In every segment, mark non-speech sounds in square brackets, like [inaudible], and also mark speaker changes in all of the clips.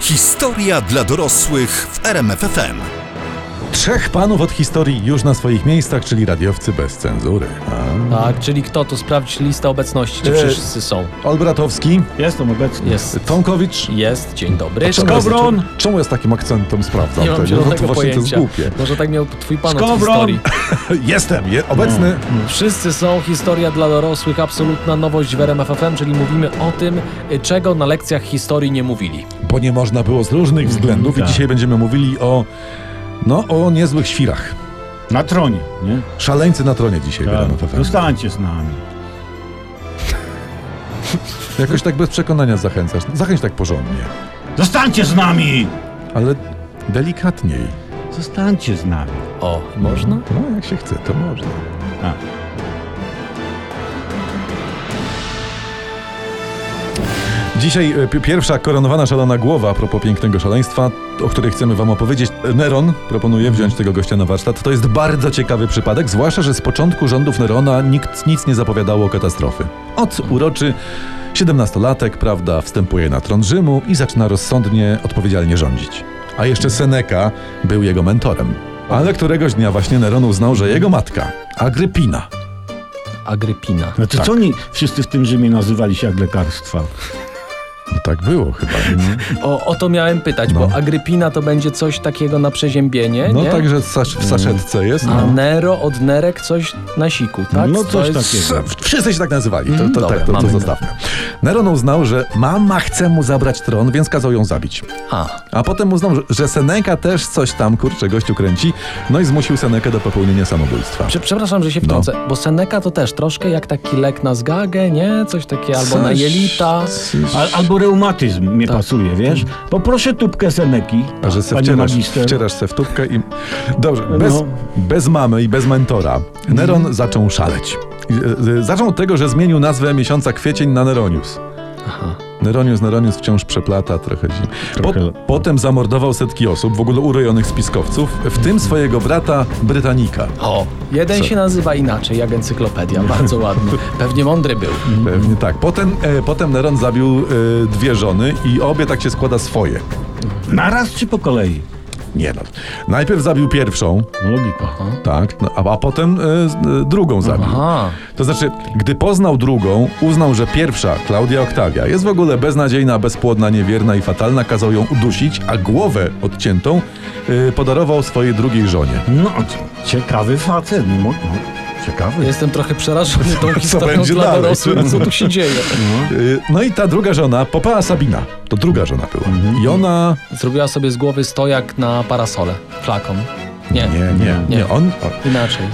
Speaker 1: Historia dla dorosłych w RMFFM.
Speaker 2: Trzech panów od historii już na swoich miejscach, czyli radiowcy bez cenzury.
Speaker 3: Tak, czyli kto to sprawdzić listę obecności, czy
Speaker 2: E,
Speaker 3: wszyscy są.
Speaker 2: A? Olbratowski,
Speaker 4: Jestem obecny.
Speaker 3: Jest.
Speaker 2: Tonkowicz.
Speaker 3: Jest, dzień dobry.
Speaker 2: Czemu ja z takim-
Speaker 4: Skowron!
Speaker 2: Czemu ja z takim akcentem sprawdzam
Speaker 3: Nie mam
Speaker 2: tego? No to
Speaker 3: zielonego
Speaker 2: właśnie to jest
Speaker 3: pojęcia.
Speaker 2: głupie. [laughs]
Speaker 3: Może tak miał twój pan od
Speaker 4: Skowron!
Speaker 3: historii.
Speaker 2: Jestem, je, obecny.
Speaker 3: Wszyscy są, historia dla dorosłych, absolutna nowość w RMFFM, czyli mówimy o tym, y, czego na lekcjach historii nie mówili.
Speaker 2: Bo nie można było z różnych względów i
Speaker 4: tak.
Speaker 2: dzisiaj będziemy mówili o, no, o niezłych świrach.
Speaker 4: Na tronie, nie?
Speaker 2: Szaleńcy na tronie dzisiaj.
Speaker 3: Tak.
Speaker 2: gramy w FM.
Speaker 3: No
Speaker 4: Zostańcie z nami.
Speaker 2: Jakoś tak bez przekonania zachęcasz. Zachęć tak porządnie,
Speaker 4: Zostańcie z nami!
Speaker 2: ale delikatniej.
Speaker 4: Zostańcie z nami.
Speaker 3: O, można?
Speaker 2: No, jak się chce, to można.
Speaker 4: A.
Speaker 2: Dzisiaj e, pi- pierwsza koronowana szalona głowa a propos pięknego szaleństwa, o której chcemy wam opowiedzieć. Neron proponuje wziąć tego gościa na warsztat. To jest bardzo ciekawy przypadek, zwłaszcza, że z początku rządów Nerona nikt nic nie zapowiadało katastrofy. Od uroczy 17-latek, prawda, wstępuje na tron Rzymu i zaczyna rozsądnie, odpowiedzialnie rządzić. A jeszcze Seneca był jego mentorem. Ale któregoś dnia właśnie Neron uznał, że jego matka, Agrypina,
Speaker 3: Agrypina.
Speaker 4: No to co oni wszyscy w tym Rzymie nazywali się jak lekarstwa?
Speaker 2: No tak było chyba.
Speaker 3: O, o to miałem pytać,
Speaker 2: No.
Speaker 3: bo Agrypina to będzie coś takiego na przeziębienie,
Speaker 2: No
Speaker 3: nie?
Speaker 2: także sasz, w saszetce jest.
Speaker 3: A
Speaker 2: No.
Speaker 3: Nero od Nerek coś na siku, tak?
Speaker 4: No
Speaker 3: To
Speaker 4: coś
Speaker 3: jest-
Speaker 4: takiego.
Speaker 2: S- Wszyscy się tak nazywali, to, to,
Speaker 3: Mm, dobra,
Speaker 2: tak, to, to
Speaker 3: mamy.
Speaker 2: zostawmy. Neron uznał, że mama chce mu zabrać tron, więc kazał ją zabić.
Speaker 3: A,
Speaker 2: A potem uznał, że- że Seneca też coś tam, kurczę, gościu kręci, no i zmusił Senekę do popełnienia samobójstwa.
Speaker 3: prze, przepraszam, że się
Speaker 2: No.
Speaker 3: wtrącę, bo Seneca to też troszkę jak taki lek na zgagę, nie? Coś takiego, albo na
Speaker 2: Coś-
Speaker 3: jelita.
Speaker 2: coś-
Speaker 4: Al, albo reumatyzm mnie pasuje, wiesz? Poproszę tubkę Seneki,
Speaker 2: A że se
Speaker 4: panie
Speaker 2: wcierasz,
Speaker 4: magister.
Speaker 2: wcierasz se w tubkę i... Dobrze, bez,
Speaker 4: No. Mhm.
Speaker 2: bez mamy i bez mentora Neron zaczął szaleć. I, e, e, Zaczął od tego, że zmienił nazwę miesiąca kwiecień na Neronius.
Speaker 3: Aha.
Speaker 2: Neronius, Neronius wciąż przeplata trochę dziwnie. Po,
Speaker 4: Trochę- no.
Speaker 2: potem zamordował setki osób, w ogóle urojonych spiskowców, w
Speaker 4: Mhm.
Speaker 2: tym swojego brata Brytanika.
Speaker 3: O, jeden
Speaker 2: Co?
Speaker 3: się nazywa inaczej, jak encyklopedia, bardzo ładny. Pewnie mądry był.
Speaker 4: Mhm.
Speaker 2: Pewnie tak. Potem, e, potem Neron zabił e, dwie żony i obie tak się składa swoje.
Speaker 4: Naraz czy po kolei?
Speaker 2: Nie no. Najpierw zabił pierwszą,
Speaker 4: Logika.
Speaker 2: tak, no, a, a potem e, z- e, drugą zabił.
Speaker 3: Aha.
Speaker 2: To znaczy, gdy poznał drugą, uznał, że pierwsza, Klaudia Oktawia, jest w ogóle beznadziejna, bezpłodna, niewierna i fatalna, kazał ją udusić, a głowę odciętą y, podarował swojej drugiej żonie.
Speaker 4: No, c- ciekawy facet. No, no, ciekawy.
Speaker 3: Jestem trochę
Speaker 2: [laughs]
Speaker 3: przerażony tą historią
Speaker 2: będzie
Speaker 3: dla
Speaker 2: dalej?
Speaker 3: dorosłych, co tu się
Speaker 2: [laughs]
Speaker 3: dzieje.
Speaker 2: Y, no i ta druga żona, Popała Sabina, to druga żona była. I ona...
Speaker 3: Zrobiła sobie z głowy stojak na parasole, flakon. Nie,
Speaker 2: Nie, nie, nie.
Speaker 3: Nie.
Speaker 2: on... O,
Speaker 3: inaczej.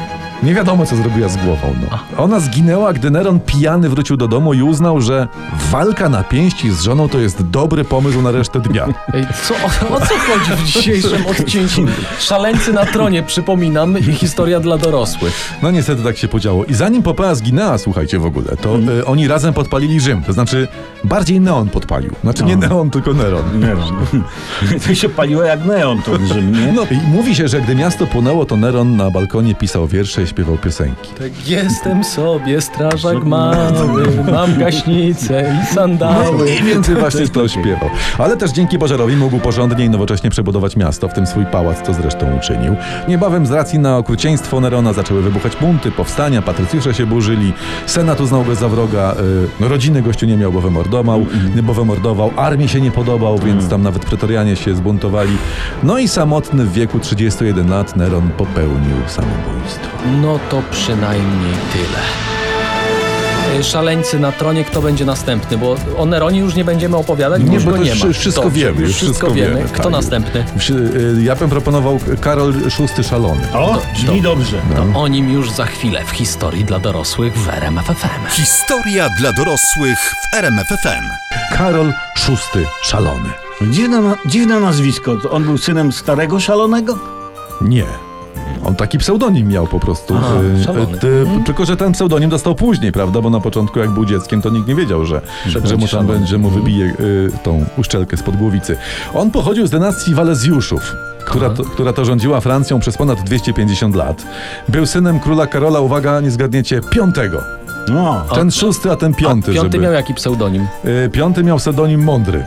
Speaker 2: nie wiadomo, co zrobiła z głową. No. Ona zginęła, gdy Neron pijany wrócił do domu i uznał, że walka na pięści z żoną to jest dobry pomysł na resztę dnia.
Speaker 3: Ej, co, o, o co chodzi w
Speaker 2: [laughs]
Speaker 3: dzisiejszym odcinku? Szaleńcy na tronie, przypominam, i historia dla dorosłych.
Speaker 2: No niestety tak się podziało. I zanim Popea zginęła, słuchajcie w ogóle, to e, oni razem podpalili Rzym. To znaczy, bardziej Neon podpalił. Znaczy nie
Speaker 4: No.
Speaker 2: Neon, tylko Neron.
Speaker 4: Neron. [laughs] To się paliło jak neon to w Rzymie.
Speaker 2: No i mówi się, że gdy miasto płonęło, to Neron na balkonie pisał wiersze i śpiewał piosenki.
Speaker 3: Tak jestem sobie strażak mały, mam gaśnicę i
Speaker 2: No
Speaker 3: sandały.
Speaker 2: mniej więcej właśnie to śpiewał. Ale też dzięki pożarowi mógł porządnie i nowocześnie przebudować miasto, w tym swój pałac, co zresztą uczynił. Niebawem z racji na okrucieństwo Nerona zaczęły wybuchać bunty, powstania, patrycjusze się burzyli, senat uznał go za wroga, y, rodziny gościu nie miał, bo wymordował, bo wymordował, armii się nie podobał, więc tam nawet pretorianie się zbuntowali. No i samotny w wieku 31 lat Neron popełnił samobójstwo.
Speaker 3: No to przynajmniej tyle. E, Szaleńcy na tronie, kto będzie następny? Bo o Neronie już nie będziemy opowiadać, bo
Speaker 2: Nie,
Speaker 3: już
Speaker 2: bo
Speaker 3: go
Speaker 2: to
Speaker 3: nie
Speaker 2: już
Speaker 3: ma.
Speaker 2: wszystko
Speaker 3: Dobrze,
Speaker 2: wiemy, już
Speaker 3: Już wszystko wiemy. Kto
Speaker 2: tak.
Speaker 3: następny?
Speaker 2: Wsi- y, Ja bym proponował Karol VI Szalony.
Speaker 4: O, brzmi dobrze.
Speaker 3: To
Speaker 2: No.
Speaker 3: o nim już za chwilę w historii dla dorosłych w RMFFM.
Speaker 1: Historia dla dorosłych w RMFFM.
Speaker 2: Karol VI Szalony.
Speaker 4: No Dziwne, na- dziwne nazwisko. To on był synem starego szalonego?
Speaker 2: Nie. On taki pseudonim miał po prostu.
Speaker 3: Aha,
Speaker 2: Y,
Speaker 3: szalony.
Speaker 2: y, y, Tylko, że ten pseudonim dostał później, prawda? Bo na początku, jak był dzieckiem, to nikt nie wiedział, że, że, mu tam
Speaker 3: szalony.
Speaker 2: będzie, mu wybije y, tą uszczelkę spod głowicy. On pochodził z dynastii Walezjuszów, która to, która to rządziła Francją przez ponad 250 lat. Był synem króla Karola, uwaga, nie zgadniecie, piątego.
Speaker 4: No.
Speaker 2: Ten szósty, a ten piąty.
Speaker 3: A piąty
Speaker 2: żeby...
Speaker 3: miał jaki pseudonim?
Speaker 2: Y, Piąty miał pseudonim Mądry.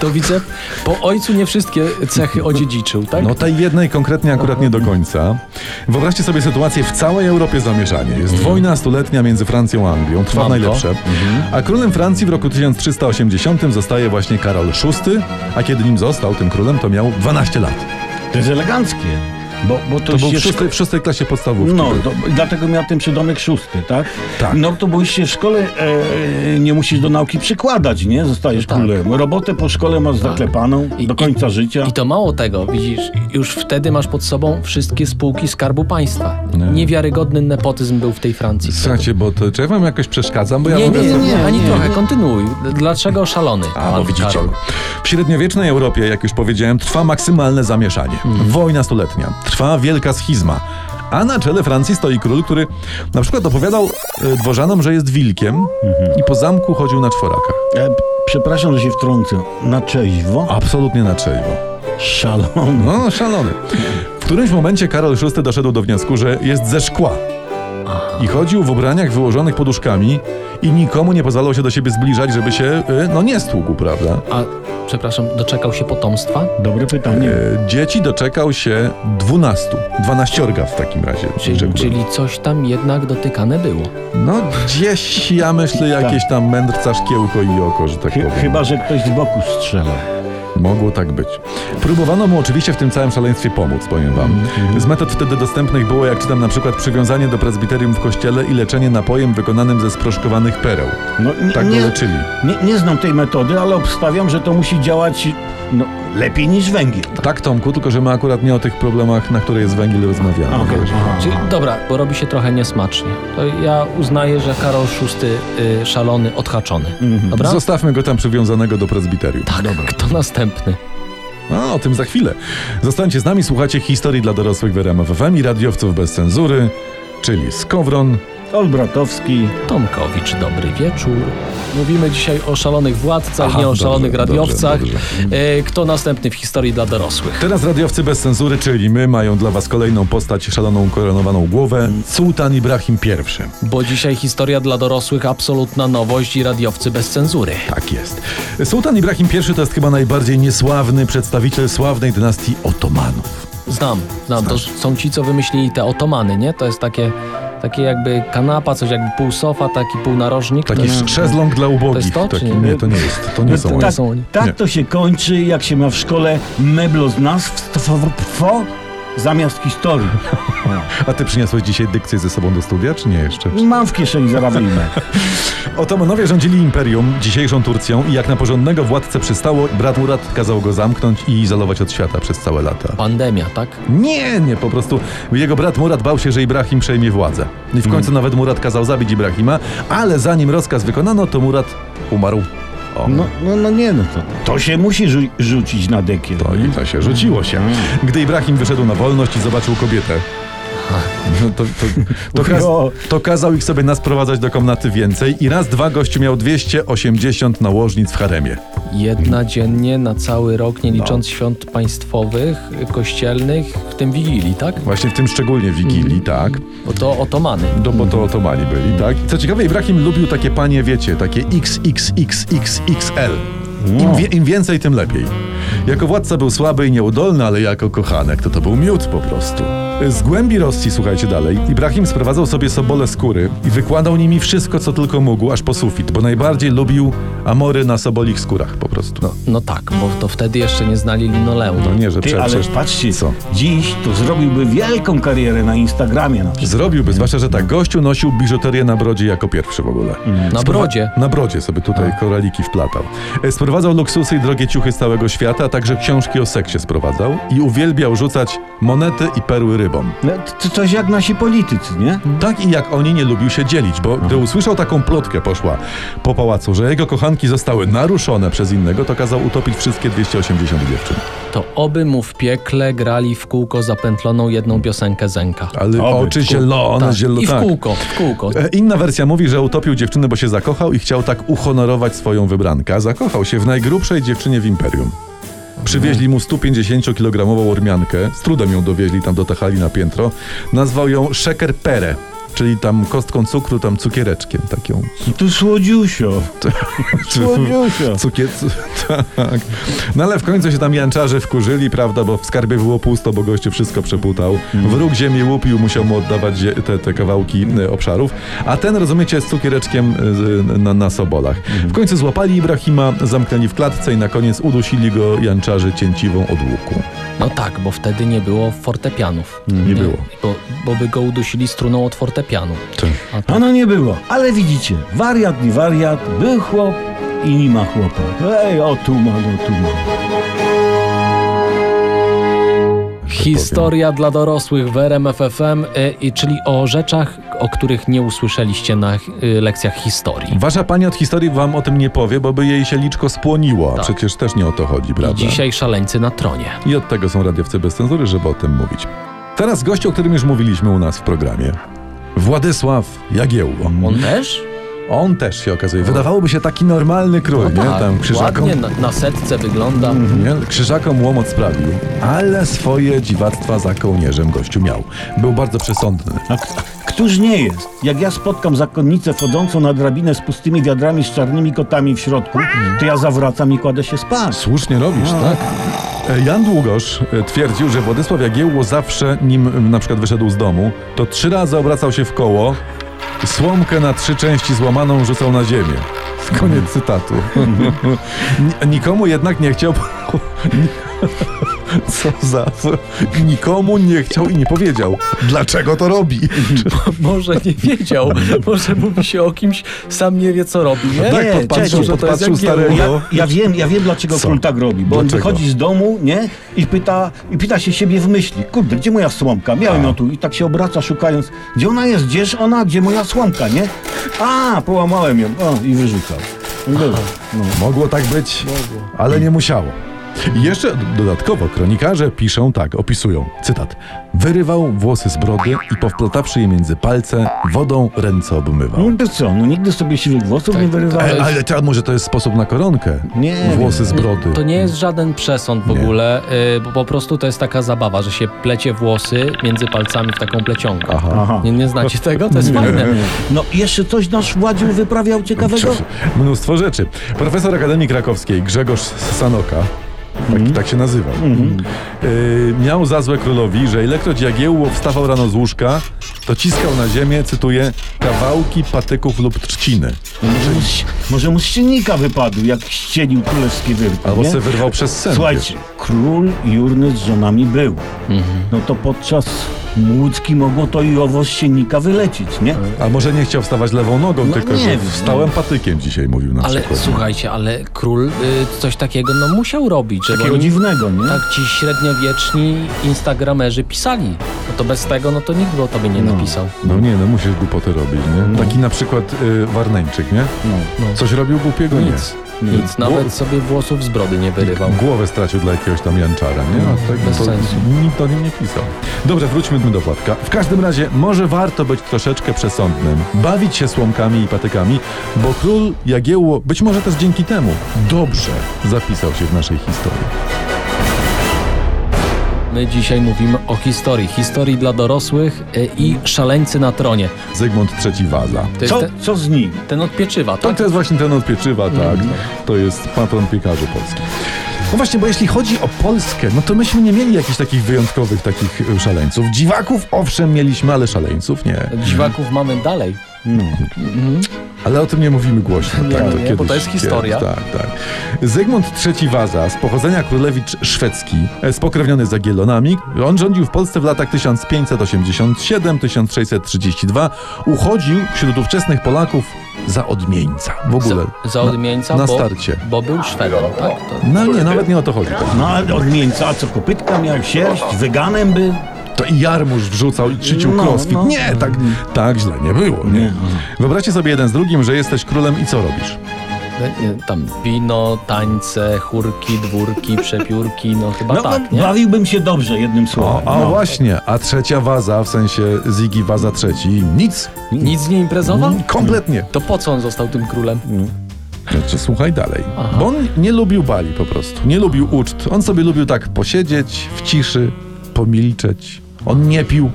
Speaker 3: to widzę, po ojcu nie wszystkie cechy odziedziczył, tak?
Speaker 2: No tej jednej konkretnie akurat nie do końca. Wyobraźcie sobie sytuację w całej Europie zamieszanie.
Speaker 3: Mhm.
Speaker 2: Jest wojna stuletnia między Francją a Anglią, trwa
Speaker 3: Mam to.
Speaker 2: najlepsze.
Speaker 3: Mhm.
Speaker 2: A królem Francji w roku 1380 zostaje właśnie Karol VI, a kiedy nim został tym królem, to miał 12 lat.
Speaker 4: To jest eleganckie. Bo, bo to,
Speaker 2: To był
Speaker 4: się
Speaker 2: w szóstej, w szóstej klasie podstawówki.
Speaker 4: No, to, dlatego miał ten przydomek szósty, tak?
Speaker 2: Tak.
Speaker 4: No to byłeś się w szkole, e, nie musisz do nauki przykładać, nie? Zostajesz
Speaker 3: No tak.
Speaker 4: królem. Robotę po szkole masz zaklepaną
Speaker 3: I-
Speaker 4: do końca życia.
Speaker 3: I to mało tego, widzisz, już wtedy masz pod sobą wszystkie spółki Skarbu Państwa. Niewiarygodny nepotyzm był w tej Francji.
Speaker 2: Słuchajcie, bo to, czy ja wam jakoś przeszkadzam? Bo ja
Speaker 3: nie,
Speaker 2: mogę
Speaker 3: nie, nie,
Speaker 2: sobie-
Speaker 3: ani trochę, kontynuuj. Dlaczego szalony?
Speaker 4: no
Speaker 2: A,
Speaker 3: pan
Speaker 2: bo widzicie.
Speaker 3: Karol?
Speaker 2: W średniowiecznej Europie, jak już powiedziałem, trwa maksymalne zamieszanie.
Speaker 3: Mhm.
Speaker 2: Wojna stuletnia. Trwa wielka schizma. A na czele Francji stoi król, który na przykład opowiadał e, dworzanom, że jest wilkiem
Speaker 3: Mhm.
Speaker 2: i po zamku chodził na czworakach.
Speaker 4: E, przepraszam, że się wtrącę. Na trzeźwo?
Speaker 2: Absolutnie na trzeźwo.
Speaker 4: Szalony.
Speaker 2: No, szalony. W którymś momencie Karol VI doszedł do wniosku, że jest ze szkła. I chodził w ubraniach wyłożonych poduszkami i nikomu nie pozwalał się do siebie zbliżać, żeby się, e, no nie stłukł, prawda?
Speaker 3: A, przepraszam, doczekał się potomstwa?
Speaker 4: Dobre pytanie.
Speaker 2: E, Dzieci doczekał się 12. 12 w takim razie.
Speaker 3: Czyli,
Speaker 2: rzekłbym.
Speaker 3: czyli coś tam jednak dotykane było.
Speaker 2: No gdzieś ja myślę jakieś tam mędrca szkiełko i oko, że tak
Speaker 4: Chy-
Speaker 2: powiem.
Speaker 4: chyba, że ktoś z boku strzela.
Speaker 2: Mogło tak być. Próbowano mu oczywiście w tym całym szaleństwie pomóc, powiem wam. Z metod wtedy dostępnych było, jak czytam na przykład, przywiązanie do prezbiterium w kościele i leczenie napojem wykonanym ze sproszkowanych pereł.
Speaker 4: No, nie,
Speaker 2: Tak go
Speaker 4: nie,
Speaker 2: leczyli.
Speaker 4: nie, nie znam tej metody, ale obstawiam, że to musi działać no, lepiej niż węgiel.
Speaker 2: Tak, Tomku, tylko że my akurat nie o tych problemach, na które jest węgiel rozmawiamy.
Speaker 4: Okej.
Speaker 2: Wiesz.
Speaker 3: Czyli,
Speaker 4: No.
Speaker 3: dobra, bo robi się trochę niesmacznie. To ja uznaję, że Karol VI y, szalony, odhaczony.
Speaker 4: Mhm.
Speaker 3: Dobra?
Speaker 2: Zostawmy go tam przywiązanego do prezbiterium.
Speaker 3: tak, kto następny?
Speaker 2: A, o tym za chwilę. Zostańcie z nami, słuchacie historii dla dorosłych w RMF FM i radiowców bez cenzury, czyli Skowron.
Speaker 4: Olbratowski.
Speaker 3: Tomkowicz, dobry wieczór. Mówimy dzisiaj o szalonych władcach,
Speaker 2: Aha,
Speaker 3: nie o
Speaker 2: dobrze,
Speaker 3: szalonych radiowcach.
Speaker 2: dobrze,
Speaker 3: Y, Kto następny w historii dla dorosłych?
Speaker 2: Teraz radiowcy bez cenzury, czyli my, mają dla was kolejną postać, szaloną, koronowaną głowę, sułtan Ibrahim I.
Speaker 3: Bo dzisiaj historia dla dorosłych absolutna nowość i radiowcy bez cenzury.
Speaker 2: Tak jest. Sułtan Ibrahim I to jest chyba najbardziej niesławny przedstawiciel sławnej dynastii Otomanów.
Speaker 3: Znam, znam. To są ci, co wymyślili te otomany, nie? To jest takie, takie jakby kanapa, coś jakby pół sofa, taki pół narożnik.
Speaker 2: Taki
Speaker 3: To-
Speaker 2: szczezląg dla ubogich.
Speaker 3: No. To jest to, czy
Speaker 2: Taki,
Speaker 3: nie?
Speaker 2: nie, to nie jest. To nie są
Speaker 3: tak.
Speaker 2: oni.
Speaker 3: są oni.
Speaker 2: Nie.
Speaker 4: Tak No to się kończy, jak się ma w szkole meblo z nazwstwo zamiast historii.
Speaker 2: A ty przyniosłeś dzisiaj dykcję ze sobą do studia, czy nie jeszcze?
Speaker 4: Mam w kieszeni zarabimy.
Speaker 2: Otomanowie rządzili imperium, dzisiejszą Turcją i jak na porządnego władcę przystało, brat Murat kazał go zamknąć i izolować od świata przez całe lata.
Speaker 3: Pandemia, tak?
Speaker 2: Nie, nie, po prostu jego brat Murat bał się, że Ibrahim przejmie władzę. I w końcu nawet Murat kazał zabić Ibrahima, ale zanim rozkaz wykonano, to Murat umarł. O.
Speaker 4: No, no, no nie no, to, to się musi rzu- rzucić na dekiel.
Speaker 2: To no i to się rzuciło się. Gdy Ibrahim wyszedł na wolność i zobaczył kobietę, no to, to, to, kaz, to kazał ich sobie nas prowadzać do komnaty więcej i raz, dwa gościu miał 280 nałożnic w haremie. Mm.
Speaker 3: Jedna dziennie na cały rok, nie
Speaker 2: No.
Speaker 3: licząc świąt państwowych, kościelnych, w tym Wigilii, tak?
Speaker 2: Właśnie w tym szczególnie Wigilii,
Speaker 4: Mhm.
Speaker 2: tak?
Speaker 3: Bo to otomany.
Speaker 2: No bo to otomani byli, tak? Co ciekawe, Ibrahim lubił takie panie, wiecie, takie XXXXXL.
Speaker 4: No.
Speaker 2: Im, wie, Im więcej, tym lepiej. Jako władca był słaby i nieudolny, ale jako kochanek to to był miód po prostu. Z głębi Rosji, słuchajcie dalej, Ibrahim sprowadzał sobie sobole skóry i wykładał nimi wszystko, co tylko mógł, aż po sufit, bo najbardziej lubił amory na sobolich skórach po prostu. No,
Speaker 3: No tak, bo to wtedy jeszcze nie znali linoleumu.
Speaker 2: no nie, że
Speaker 4: Ty,
Speaker 2: prze-
Speaker 4: ale
Speaker 2: przecież-
Speaker 4: patrzcie,
Speaker 2: co?
Speaker 4: dziś to zrobiłby wielką karierę na Instagramie na przykład.
Speaker 2: Zrobiłby, zwłaszcza, że tak, gościu nosił biżuterię na brodzie jako pierwszy w ogóle.
Speaker 3: Mm. Na brodzie.
Speaker 2: Na brodzie sobie tutaj koraliki wplatał. E, Sprowadzał luksusy i drogie ciuchy z całego świata, a także książki o seksie sprowadzał i uwielbiał rzucać monety i perły rybom.
Speaker 4: No, to- to coś jak nasi politycy, nie?
Speaker 2: Tak i jak oni nie lubił się dzielić, bo
Speaker 3: Mhm.
Speaker 2: gdy usłyszał taką plotkę poszła po pałacu, że jego kochanki zostały naruszone przez innego, to kazał utopić wszystkie 280 dziewczyn.
Speaker 3: To oby mu w piekle grali w kółko zapętloną jedną piosenkę Zenka.
Speaker 2: Ale
Speaker 4: Oby,
Speaker 2: oczy
Speaker 4: w kół-
Speaker 2: zielone,
Speaker 3: Tak.
Speaker 2: zielone.
Speaker 3: I w
Speaker 2: tak.
Speaker 3: kółko, w kółko.
Speaker 2: E, Inna wersja mówi, że utopił dziewczynę, bo się zakochał i chciał tak uhonorować swoją wybrankę. A Zakochał się w najgrubszej dziewczynie w imperium. Przywieźli mu 150-kilogramową ormiankę, z trudem ją dowieźli tam do Tahali na piętro. Nazwał ją Szeker Pere, czyli tam kostką cukru, tam cukiereczkiem tak taką.
Speaker 4: Tu słodziusio. Słodziusio.
Speaker 2: [laughs] Cukier... cu- Tak. No ale w końcu się tam jęczarzy wkurzyli, prawda, bo w skarbie było pusto, bo gościu wszystko przeputał.
Speaker 3: Mm.
Speaker 2: Wróg ziemi łupił, musiał mu oddawać zie- te, te kawałki e, obszarów. A ten, rozumiecie, z cukiereczkiem e, z- na, na sobolach.
Speaker 3: Mm.
Speaker 2: W końcu złapali Ibrahima, zamknęli w klatce i na koniec udusili go jęczarzy cięciwą od łuku.
Speaker 3: No tak, bo wtedy nie było fortepianów.
Speaker 2: Nie było.
Speaker 3: Bo, bo by go udusili struną od fortepianu. A tak,
Speaker 4: Ano nie było. Ale widzicie, wariat nie wariat, był chłop i nie ma chłopa. Ej, o tu ma, o tu ma.
Speaker 3: historia dla dorosłych w RMFFM, y, y, czyli o rzeczach, o których nie usłyszeliście na y, lekcjach historii.
Speaker 2: Wasza pani od historii wam o tym nie powie, bo by jej się liczko spłoniło. a
Speaker 3: Tak.
Speaker 2: Przecież też nie o to chodzi, prawda?
Speaker 3: I dzisiaj szaleńcy na tronie.
Speaker 2: I od tego są radiowcy bez cenzury, żeby o tym mówić. Teraz gość, o którym już mówiliśmy u nas w programie. Władysław Jagiełło.
Speaker 3: On też?
Speaker 2: On też się okazuje. Wydawałoby się taki normalny król, nie?
Speaker 3: tak,
Speaker 2: Tam krzyżakom, Mhm.
Speaker 3: ładnie na, na setce wygląda.
Speaker 2: nie? krzyżakom łomot sprawił, ale swoje dziwactwa za kołnierzem gościu miał. Był bardzo przesądny.
Speaker 4: A k- któż nie jest? Jak ja spotkam zakonnicę wchodzącą na drabinę z pustymi wiadrami, z czarnymi kotami w środku, to ja zawracam i kładę się spać.
Speaker 2: Słusznie robisz, tak? E, Jan Długosz e, twierdził, że Władysław Jagiełło zawsze, nim m, na przykład wyszedł z domu, to trzy razy obracał się w koło, słomkę na trzy części złamaną rzucał na ziemię. Koniec [laughs] cytatu. Ni- Nikomu jednak nie chciał... [laughs] Co za... Nikomu nie chciał i nie powiedział, dlaczego to [laughs] robi.
Speaker 3: Może nie wiedział,
Speaker 2: [laughs]
Speaker 3: może mówi się o kimś, sam nie wie co robi, nie?
Speaker 2: tak podpatrzył,
Speaker 4: Czesiu, to
Speaker 3: jest
Speaker 2: podpatrzył
Speaker 3: Jagiełło.
Speaker 2: starego.
Speaker 4: Ja wiem, ja wiem dlaczego
Speaker 2: no, Co?
Speaker 4: król tak robi, bo on
Speaker 2: Dlaczego?
Speaker 4: wychodzi z domu, nie? I pyta, i pyta się siebie w myśli, kurde, gdzie moja słomka? Miałem ją tu i tak się obraca szukając, gdzie ona jest, gdzież ona, gdzie moja słomka, nie? A, połamałem ją, o, i wyrzucał. No dobra, No.
Speaker 2: Mogło tak być, ale nie musiało. I Jeszcze dodatkowo kronikarze piszą tak, opisują, cytat. Wyrywał włosy z brody i powplatawszy je między palce, wodą ręce obmywał.
Speaker 4: No to co, no nigdy sobie siwych włosów
Speaker 3: Tak,
Speaker 4: nie wyrywałem.
Speaker 2: E, ale to może to jest sposób na koronkę?
Speaker 4: Nie
Speaker 2: Włosy z brody.
Speaker 3: To nie jest żaden przesąd w
Speaker 2: Nie.
Speaker 3: ogóle, y, bo po prostu to jest taka zabawa, że się plecie włosy między palcami w taką plecionkę.
Speaker 2: Aha.
Speaker 4: Aha.
Speaker 3: Nie,
Speaker 2: [laughs]
Speaker 3: nie znacie tego? To jest fajne.
Speaker 4: No i jeszcze coś nasz Władziu wyprawiał ciekawego?
Speaker 2: Mnóstwo rzeczy. Profesor Akademii Krakowskiej Grzegorz Sanoka, tak,
Speaker 4: Mhm.
Speaker 2: tak się nazywał, y, miał za złe królowi, że ilekroć Jagiełło wstawał rano z łóżka, to ciskał na ziemię, cytuję, kawałki patyków lub trzciny.
Speaker 4: No Może mu, z- może mu z silnika wypadł, jak ścielił królewski wyrk.
Speaker 2: Albo
Speaker 4: nie?
Speaker 2: se wyrwał przez sen.
Speaker 4: Słuchajcie, król Jurny z żonami był.
Speaker 3: Mhm.
Speaker 4: No to podczas młódzki mogło to i owo z siennika wylecieć, nie?
Speaker 2: wiesz. A może nie chciał wstawać lewą nogą,
Speaker 4: No
Speaker 2: tylko
Speaker 4: nie
Speaker 2: że
Speaker 4: wiem.
Speaker 2: wstałem patykiem dzisiaj mówił na
Speaker 3: Ale
Speaker 2: przykład.
Speaker 3: słuchajcie, ale król y, coś takiego no musiał robić, żeby
Speaker 4: Takiego
Speaker 3: oni-
Speaker 4: dziwnego, nie?
Speaker 3: tak ci średniowieczni instagramerzy pisali. No to bez tego, no to nikt by o tobie nie napisał.
Speaker 2: No nie, no musisz głupoty robić, nie? Taki na przykład y, Warneńczyk, nie?
Speaker 4: No.
Speaker 2: Coś robił głupiego? Nie.
Speaker 3: Nic, nic. Nawet sobie włosów z brody nie wyrywał.
Speaker 2: Głowę stracił dla jakiegoś tam Janczara, nie? A tak,
Speaker 3: No, bez
Speaker 2: to,
Speaker 3: sensu.
Speaker 2: Nikt o nim nie pisał. Dobrze, wróćmy do Władka. W każdym razie może warto być troszeczkę przesądnym, bawić się słomkami i patykami, bo król Jagiełło, być może też dzięki temu, dobrze zapisał się w naszej historii.
Speaker 3: My dzisiaj mówimy o historii. Historii dla dorosłych y, i szaleńcy na tronie.
Speaker 2: Zygmunt III Waza.
Speaker 3: To jest
Speaker 4: Co,
Speaker 3: te,
Speaker 4: co z nim?
Speaker 3: ten od pieczywa,
Speaker 2: To
Speaker 3: tak?
Speaker 2: to jest właśnie ten od pieczywa, tak.
Speaker 3: Mhm.
Speaker 2: To jest patron piekarzy polskich. No właśnie, bo jeśli chodzi o Polskę, no to myśmy nie mieli jakichś takich wyjątkowych takich y, szaleńców. Dziwaków owszem mieliśmy, ale szaleńców nie.
Speaker 3: Dziwaków mamy dalej.
Speaker 2: Ale o tym nie mówimy głośno.
Speaker 3: Nie,
Speaker 2: tak,
Speaker 3: nie, bo to jest historia.
Speaker 2: Kiedyś, tak, tak. Zygmunt III Waza, z pochodzenia królewicz szwedzki, e, spokrewniony z Agielonami, on rządził w Polsce w latach 1587-1632. Uchodził wśród ówczesnych Polaków za odmieńca. W ogóle.
Speaker 3: Za, za odmieńca,
Speaker 2: Na, na
Speaker 3: bo,
Speaker 2: starcie.
Speaker 3: bo był Szwedem, tak? To,
Speaker 2: No nie, nawet nie o to chodzi.
Speaker 4: No ale od mięsa, a co kopytka miał, sierść, weganem był?
Speaker 2: To i Jarmusz wrzucał i czycił
Speaker 4: No,
Speaker 2: crossfit.
Speaker 4: no.
Speaker 2: nie, tak, tak źle nie było. Nie.
Speaker 3: no.
Speaker 2: Wyobraźcie sobie jeden z drugim, że jesteś królem i co robisz?
Speaker 3: Tam wino, tańce, chórki, dwórki, przepiórki, no chyba
Speaker 4: No,
Speaker 3: tak,
Speaker 4: no,
Speaker 3: nie?
Speaker 4: bawiłbym się dobrze, jednym
Speaker 2: O,
Speaker 4: słowem.
Speaker 2: a
Speaker 4: no.
Speaker 2: właśnie, a trzecia waza, w sensie Zigi Waza trzeci, nic, Mm,
Speaker 3: Nic nie imprezował?
Speaker 2: kompletnie.
Speaker 3: To po co on został tym królem?
Speaker 2: Znaczy, słuchaj dalej.
Speaker 3: Aha.
Speaker 2: Bo on nie lubił bali po prostu, nie lubił uczt. On sobie lubił tak posiedzieć w ciszy, pomilczeć. On nie pił.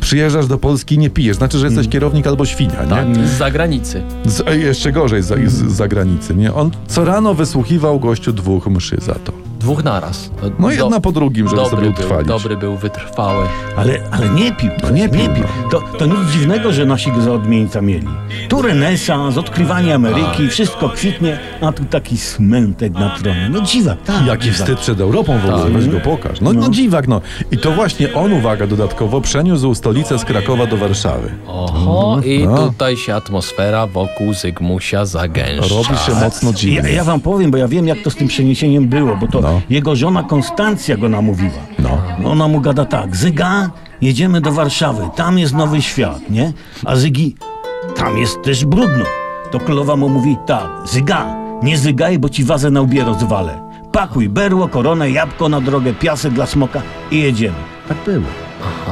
Speaker 2: przyjeżdżasz do Polski i nie pijesz. Znaczy, że jesteś kierownik albo świnia, nie?
Speaker 3: Mm. Tak, z zagranicy.
Speaker 2: Z, a jeszcze gorzej z, z, z zagranicy, nie? On co rano wysłuchiwał gościu dwóch mszy za to.
Speaker 3: Dwóch naraz.
Speaker 2: No jedna po drugim, żeby
Speaker 3: dobry
Speaker 2: sobie
Speaker 3: był,
Speaker 2: utrwalić.
Speaker 3: dobry był, wytrwały.
Speaker 4: Ale, ale nie pił, no nie pił. To, to nic dziwnego, że nasi go za odmieńca mieli. Tu renesans, odkrywanie Ameryki, wszystko kwitnie, a tu taki smętek na tronie. No dziwak, tak.
Speaker 2: Jaki
Speaker 4: dziwak.
Speaker 2: wstyd przed Europą w ogóle,
Speaker 3: Tak.
Speaker 2: weź go pokaż. No, no. dziwak, no. I to właśnie on, uwaga, dodatkowo przeniósł stolicę z Krakowa do Warszawy.
Speaker 3: Oho, i
Speaker 2: no.
Speaker 3: tutaj się atmosfera wokół Zygmusia zagęszcza.
Speaker 2: Robi się mocno
Speaker 4: Ja,
Speaker 2: dziwnie.
Speaker 4: ja wam powiem, bo ja wiem, jak to z tym przeniesieniem było, bo to
Speaker 2: No.
Speaker 4: jego żona Konstancja go namówiła.
Speaker 2: No.
Speaker 4: Ona mu gada tak, Zyga, jedziemy do Warszawy, tam jest nowy świat, nie? A Zygi, tam jest też brudno. To królowa mu mówi tak, Zyga, nie zygaj, bo ci wazę na łbie rozwalę. Pakuj berło, koronę, jabłko na drogę, piasek dla smoka i jedziemy. [laughs] Tak było.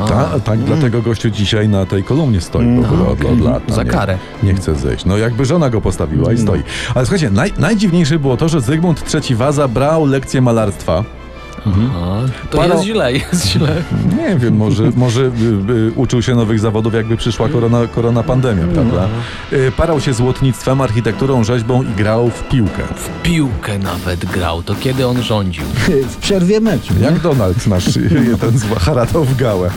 Speaker 2: Ta, tak, dlatego gościu dzisiaj na tej kolumnie stoi w ogóle od, od lat. no
Speaker 3: Za
Speaker 2: nie,
Speaker 3: karę.
Speaker 2: Nie chce zejść. No jakby żona go postawiła i stoi. Ale słuchajcie, naj, najdziwniejsze było to, że Zygmunt III Waza brał lekcję malarstwa.
Speaker 3: Aha, No, to
Speaker 2: Paro-
Speaker 3: jest źle, [laughs] jest źle.
Speaker 2: Nie wiem, może, może y, y, uczył się nowych zawodów, jakby przyszła korona, korona pandemia, prawda? Y, parał się złotnictwem, architekturą, rzeźbą i grał w piłkę.
Speaker 3: W piłkę nawet grał, to kiedy on rządził.
Speaker 4: W przerwie meczu.
Speaker 2: Jak Donald nasz y, [laughs] jeden z haratał w gałę.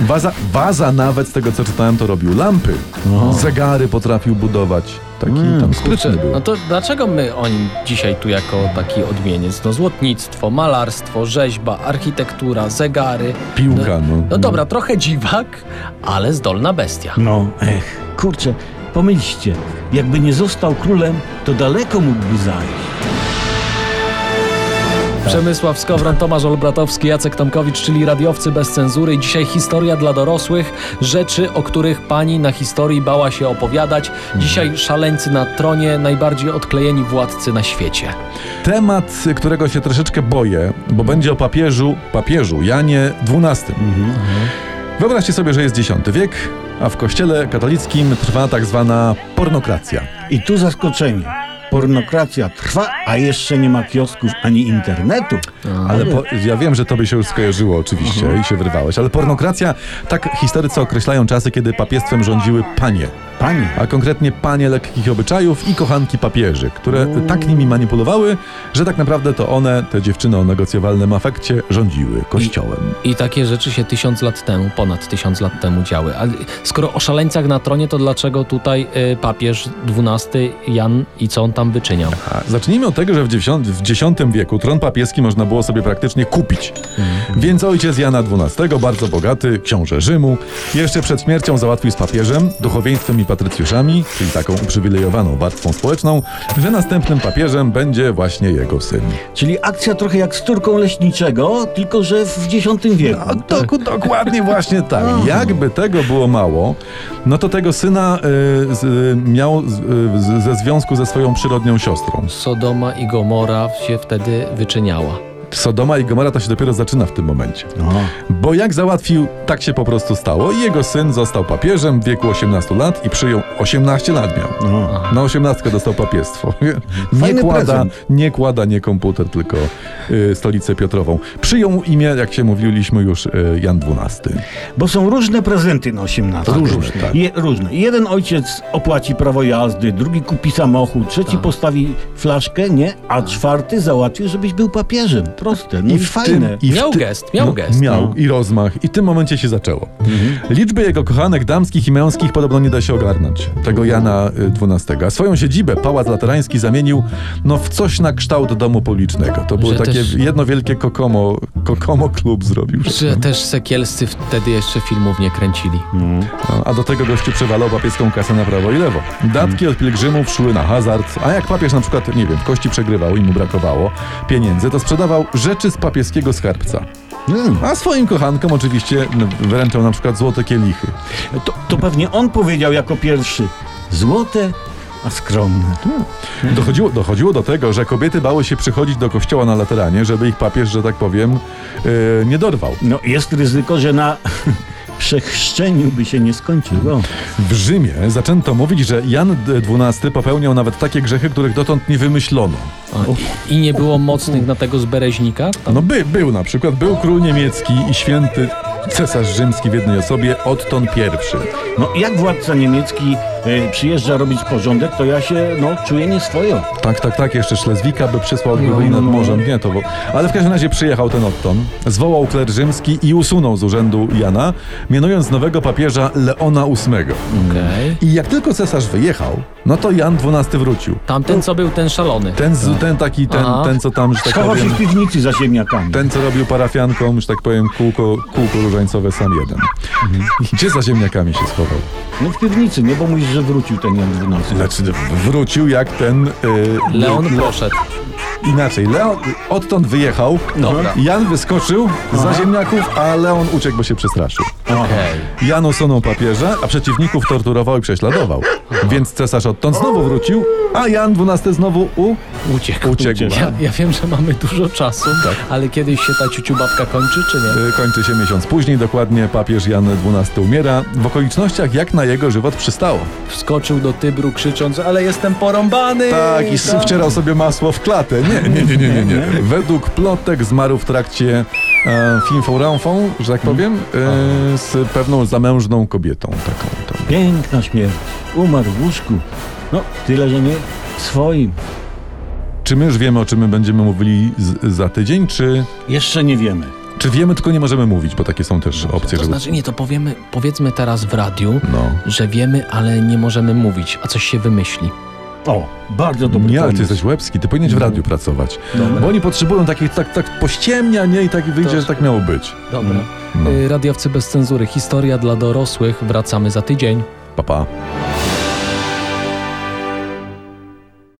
Speaker 2: Waza, waza nawet z tego co czytałem to robił. Lampy, zegary potrafił budować. Taki tam skuteczny był.
Speaker 3: No to dlaczego my o nim dzisiaj tu jako taki odmieniec? No złotnictwo, malarstwo, rzeźba, architektura, zegary.
Speaker 2: Piłka, no.
Speaker 3: No dobra, trochę dziwak, ale zdolna bestia.
Speaker 4: No, ech, kurczę, pomyślcie, jakby nie został królem, to daleko mógłby zajść.
Speaker 3: Przemysław Skowron, Tomasz Olbratowski, Jacek Tomkowicz, czyli radiowcy bez cenzury. I Dzisiaj historia dla dorosłych, rzeczy, o których pani na historii bała się opowiadać. Dzisiaj szaleńcy na tronie, najbardziej odklejeni władcy na świecie.
Speaker 2: Temat, którego się troszeczkę boję, bo będzie o papieżu, papieżu Janie XII. Wyobraźcie sobie, że jest X wiek, a w kościele katolickim trwa tak zwana pornokracja.
Speaker 4: I tu zaskoczenie. Pornokracja trwa, a jeszcze nie ma kiosków ani internetu.
Speaker 3: No.
Speaker 2: Ale po, ja wiem, że tobie się już skojarzyło oczywiście i się wyrwałeś, ale pornokracja, tak historycy określają czasy, kiedy papiestwem rządziły panie,
Speaker 4: Panie,
Speaker 2: a konkretnie panie lekkich obyczajów i kochanki papieży, które tak nimi manipulowały, że tak naprawdę to one, te dziewczyny o negocjowalnym afekcie, rządziły kościołem.
Speaker 3: I takie rzeczy się tysiąc lat temu, ponad tysiąc lat temu działy. Ale skoro o szaleńcach na tronie, to dlaczego tutaj y, papież XII Jan i co on tam wyczyniał?
Speaker 2: A Zacznijmy od tego, że w X, w X wieku tron papieski można było sobie praktycznie kupić. Więc ojciec Jana XII, bardzo bogaty, książę Rzymu, jeszcze przed śmiercią załatwił z papieżem, duchowieństwem i patrycjuszami, czyli taką uprzywilejowaną warstwą społeczną, że następnym papieżem będzie właśnie jego syn.
Speaker 4: czyli akcja trochę jak z Turką Leśniczego, tylko że w X wieku.
Speaker 2: No, doku- dokładnie właśnie tak.
Speaker 4: No.
Speaker 2: Jakby tego było mało, no to tego syna y, z, y, miał z, y, z, ze związku ze swoją przyrodnią siostrą.
Speaker 3: Sodoma i Gomora się wtedy wyczyniała.
Speaker 2: Sodoma i Gomora to się dopiero zaczyna w tym momencie.
Speaker 4: No.
Speaker 2: Bo jak załatwił, tak się po prostu stało i jego syn został papieżem w wieku 18 lat i przyjął 18 lat miał.
Speaker 4: No.
Speaker 2: Na 18 dostał papiestwo. [laughs] Nie
Speaker 4: Fajny
Speaker 2: kłada,
Speaker 4: prezent.
Speaker 2: nie kłada, nie komputer, tylko y, stolicę Piotrową. Przyjął imię, jak się mówiliśmy już, y, Jan XII.
Speaker 4: Bo są różne prezenty na 18.
Speaker 2: Różne, tak.
Speaker 4: Je, różne. Jeden ojciec opłaci prawo jazdy, drugi kupi samochód, trzeci postawi flaszkę, nie? A czwarty załatwi, żebyś był papieżem. Proste, no i, fajne.
Speaker 2: i
Speaker 3: Miał
Speaker 2: ty-
Speaker 3: gest, miał gest. no. Mhm.
Speaker 2: Miał i rozmach. I w tym momencie się zaczęło. Liczby jego kochanek damskich i męskich podobno nie da się ogarnąć. Tego Jana y, XII. A swoją siedzibę, Pałac Laterański, zamienił no w coś na kształt domu publicznego. To było
Speaker 3: Że
Speaker 2: takie
Speaker 3: też-
Speaker 2: jedno wielkie kokomo, kokomo klub zrobił. tak
Speaker 3: Że też sekielscy wtedy jeszcze filmów nie kręcili.
Speaker 2: Mhm. No, A do tego gościu przewalał papieską kasę na prawo i lewo. Datki od pielgrzymów szły na hazard, a jak papież na przykład, nie wiem, w kości przegrywał i mu brakowało pieniędzy, to sprzedawał rzeczy z papieskiego skarbca. A swoim kochankom oczywiście m, wręczał na przykład złote kielichy.
Speaker 4: To, to pewnie on powiedział jako pierwszy. Złote, a skromne.
Speaker 2: Dochodziło, dochodziło do tego, że kobiety bały się przychodzić do kościoła na lateranie, żeby ich papież, że tak powiem, yy, nie dorwał.
Speaker 4: No jest ryzyko, że na [laughs] przechrzczeniu by się nie skończyło.
Speaker 2: W Rzymie zaczęto mówić, że Jan XII popełniał nawet takie grzechy, których dotąd nie wymyślono.
Speaker 3: I nie było mocnych na tego z Bereźnika? Tam
Speaker 2: No by, był na przykład, był król niemiecki i święty Cesarz rzymski w jednej osobie, Otton I.
Speaker 4: No jak władca niemiecki e, przyjeżdża robić porządek, to ja się no, czuję nieswojo.
Speaker 2: Tak, tak, tak, jeszcze Szlezwika by przysłał no,
Speaker 4: no,
Speaker 2: nad
Speaker 4: no.
Speaker 2: morzem. Nie, to... wo- Ale w każdym razie przyjechał ten Otton, zwołał kler rzymski i usunął z urzędu Jana, mianując nowego papieża Leona VIII.
Speaker 3: Okej.
Speaker 2: I jak tylko cesarz wyjechał, no to Jan XII wrócił.
Speaker 3: Tamten, co był, ten szalony.
Speaker 2: Ten, z, ten taki, ten,
Speaker 3: Aha.
Speaker 2: ten co tam, że tak
Speaker 4: Schował się
Speaker 2: powiem,
Speaker 4: w piwnicy za ziemniakami.
Speaker 2: ten co robił parafiankom, że tak powiem, kółko, kółko różańcowe sam jeden. Gdzie za ziemniakami się schował?
Speaker 4: No w piwnicy, nie? Bo mówisz, że wrócił ten Jan XII.
Speaker 2: Znaczy, wrócił jak ten... y,
Speaker 3: Leon
Speaker 2: Le-
Speaker 3: poszedł.
Speaker 2: Inaczej, Leon odtąd wyjechał, Mhm.
Speaker 3: Dobra.
Speaker 2: Jan wyskoczył za ziemniaków, a Leon uciekł, bo się przestraszył.
Speaker 3: Okej.
Speaker 2: Jan usunął papieża, a przeciwników torturował i prześladował. Więc cesarz odtąd znowu wrócił, a Jan XII znowu u...
Speaker 3: Uciekł.
Speaker 2: Uciekł. Tak.
Speaker 3: Ja, ja wiem, że mamy dużo czasu, ale kiedyś się ta ciuciubabka kończy, czy nie?
Speaker 2: Y, Kończy się miesiąc później, dokładnie papież Jan XII umiera, w okolicznościach jak na jego żywot przystało.
Speaker 3: Wskoczył do Tybru krzycząc, ale jestem porąbany!
Speaker 2: Tak, i s- wcierał sobie masło w klatę. Nie, nie, nie, nie, nie.
Speaker 3: [laughs]
Speaker 2: nie. Według plotek zmarł w trakcie e, finforanfą, że
Speaker 3: Mhm.
Speaker 2: tak powiem,
Speaker 3: Tak.
Speaker 2: e, z pewną zamężną kobietą taką. Tą.
Speaker 4: Piękna śmierć. Umarł w łóżku. No, tyle, że nie w swoim.
Speaker 2: Czy my już wiemy, o czym my będziemy mówili z, za tydzień, czy,
Speaker 4: Jeszcze nie wiemy.
Speaker 2: czy wiemy, tylko nie możemy mówić, bo takie są też opcje,
Speaker 3: To
Speaker 2: żeby...
Speaker 3: znaczy, nie, to powiemy, powiedzmy teraz w radiu,
Speaker 2: No.
Speaker 3: że wiemy, ale nie możemy mówić, a coś się wymyśli.
Speaker 4: O, bardzo dobry
Speaker 2: Nie, ale ty
Speaker 4: pomysł.
Speaker 2: jesteś łebski, ty powinieneś w
Speaker 3: Mhm.
Speaker 2: radiu pracować. Bo oni potrzebują takich, tak, tak pościemnia, nie? I tak wyjdzie, że tak miało być.
Speaker 3: Dobra.
Speaker 2: No.
Speaker 3: Y, Radiowcy bez cenzury. Historia dla dorosłych. Wracamy za tydzień.
Speaker 2: Pa, pa.